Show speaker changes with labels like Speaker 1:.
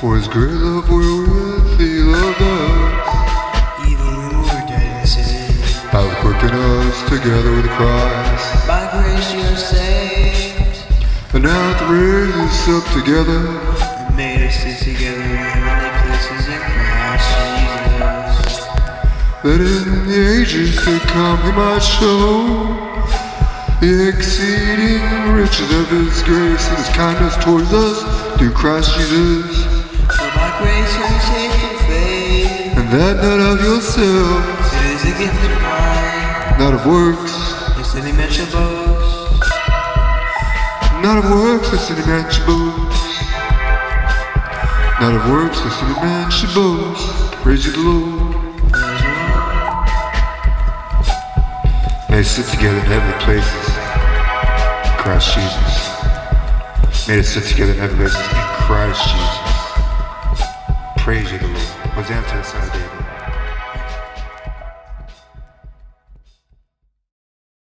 Speaker 1: For his great love we're with, he loved us.
Speaker 2: even when we were dead in sin.
Speaker 1: How quickened us together with Christ.
Speaker 2: By grace you are saved,
Speaker 1: And now hath raised us up together.
Speaker 2: and made us sit together in heavenly places in Christ Jesus.
Speaker 1: That in the ages to come he might show the exceeding riches of his grace and his kindness towards us through Christ Jesus.
Speaker 2: For by grace you are saved through faith.
Speaker 1: And that not of yourself,
Speaker 2: It is a gift of God,
Speaker 1: not of works,
Speaker 2: lest any man shall boast.
Speaker 1: not of works that any man should boast. Not of works that any man should boast. Praise you, the Lord.
Speaker 2: Praise the Lord.
Speaker 1: May sit together in heavenly places. in Christ Jesus. May us sit together in heavenly places in Christ Jesus. Praise you, the Lord. Let's answer that side of David.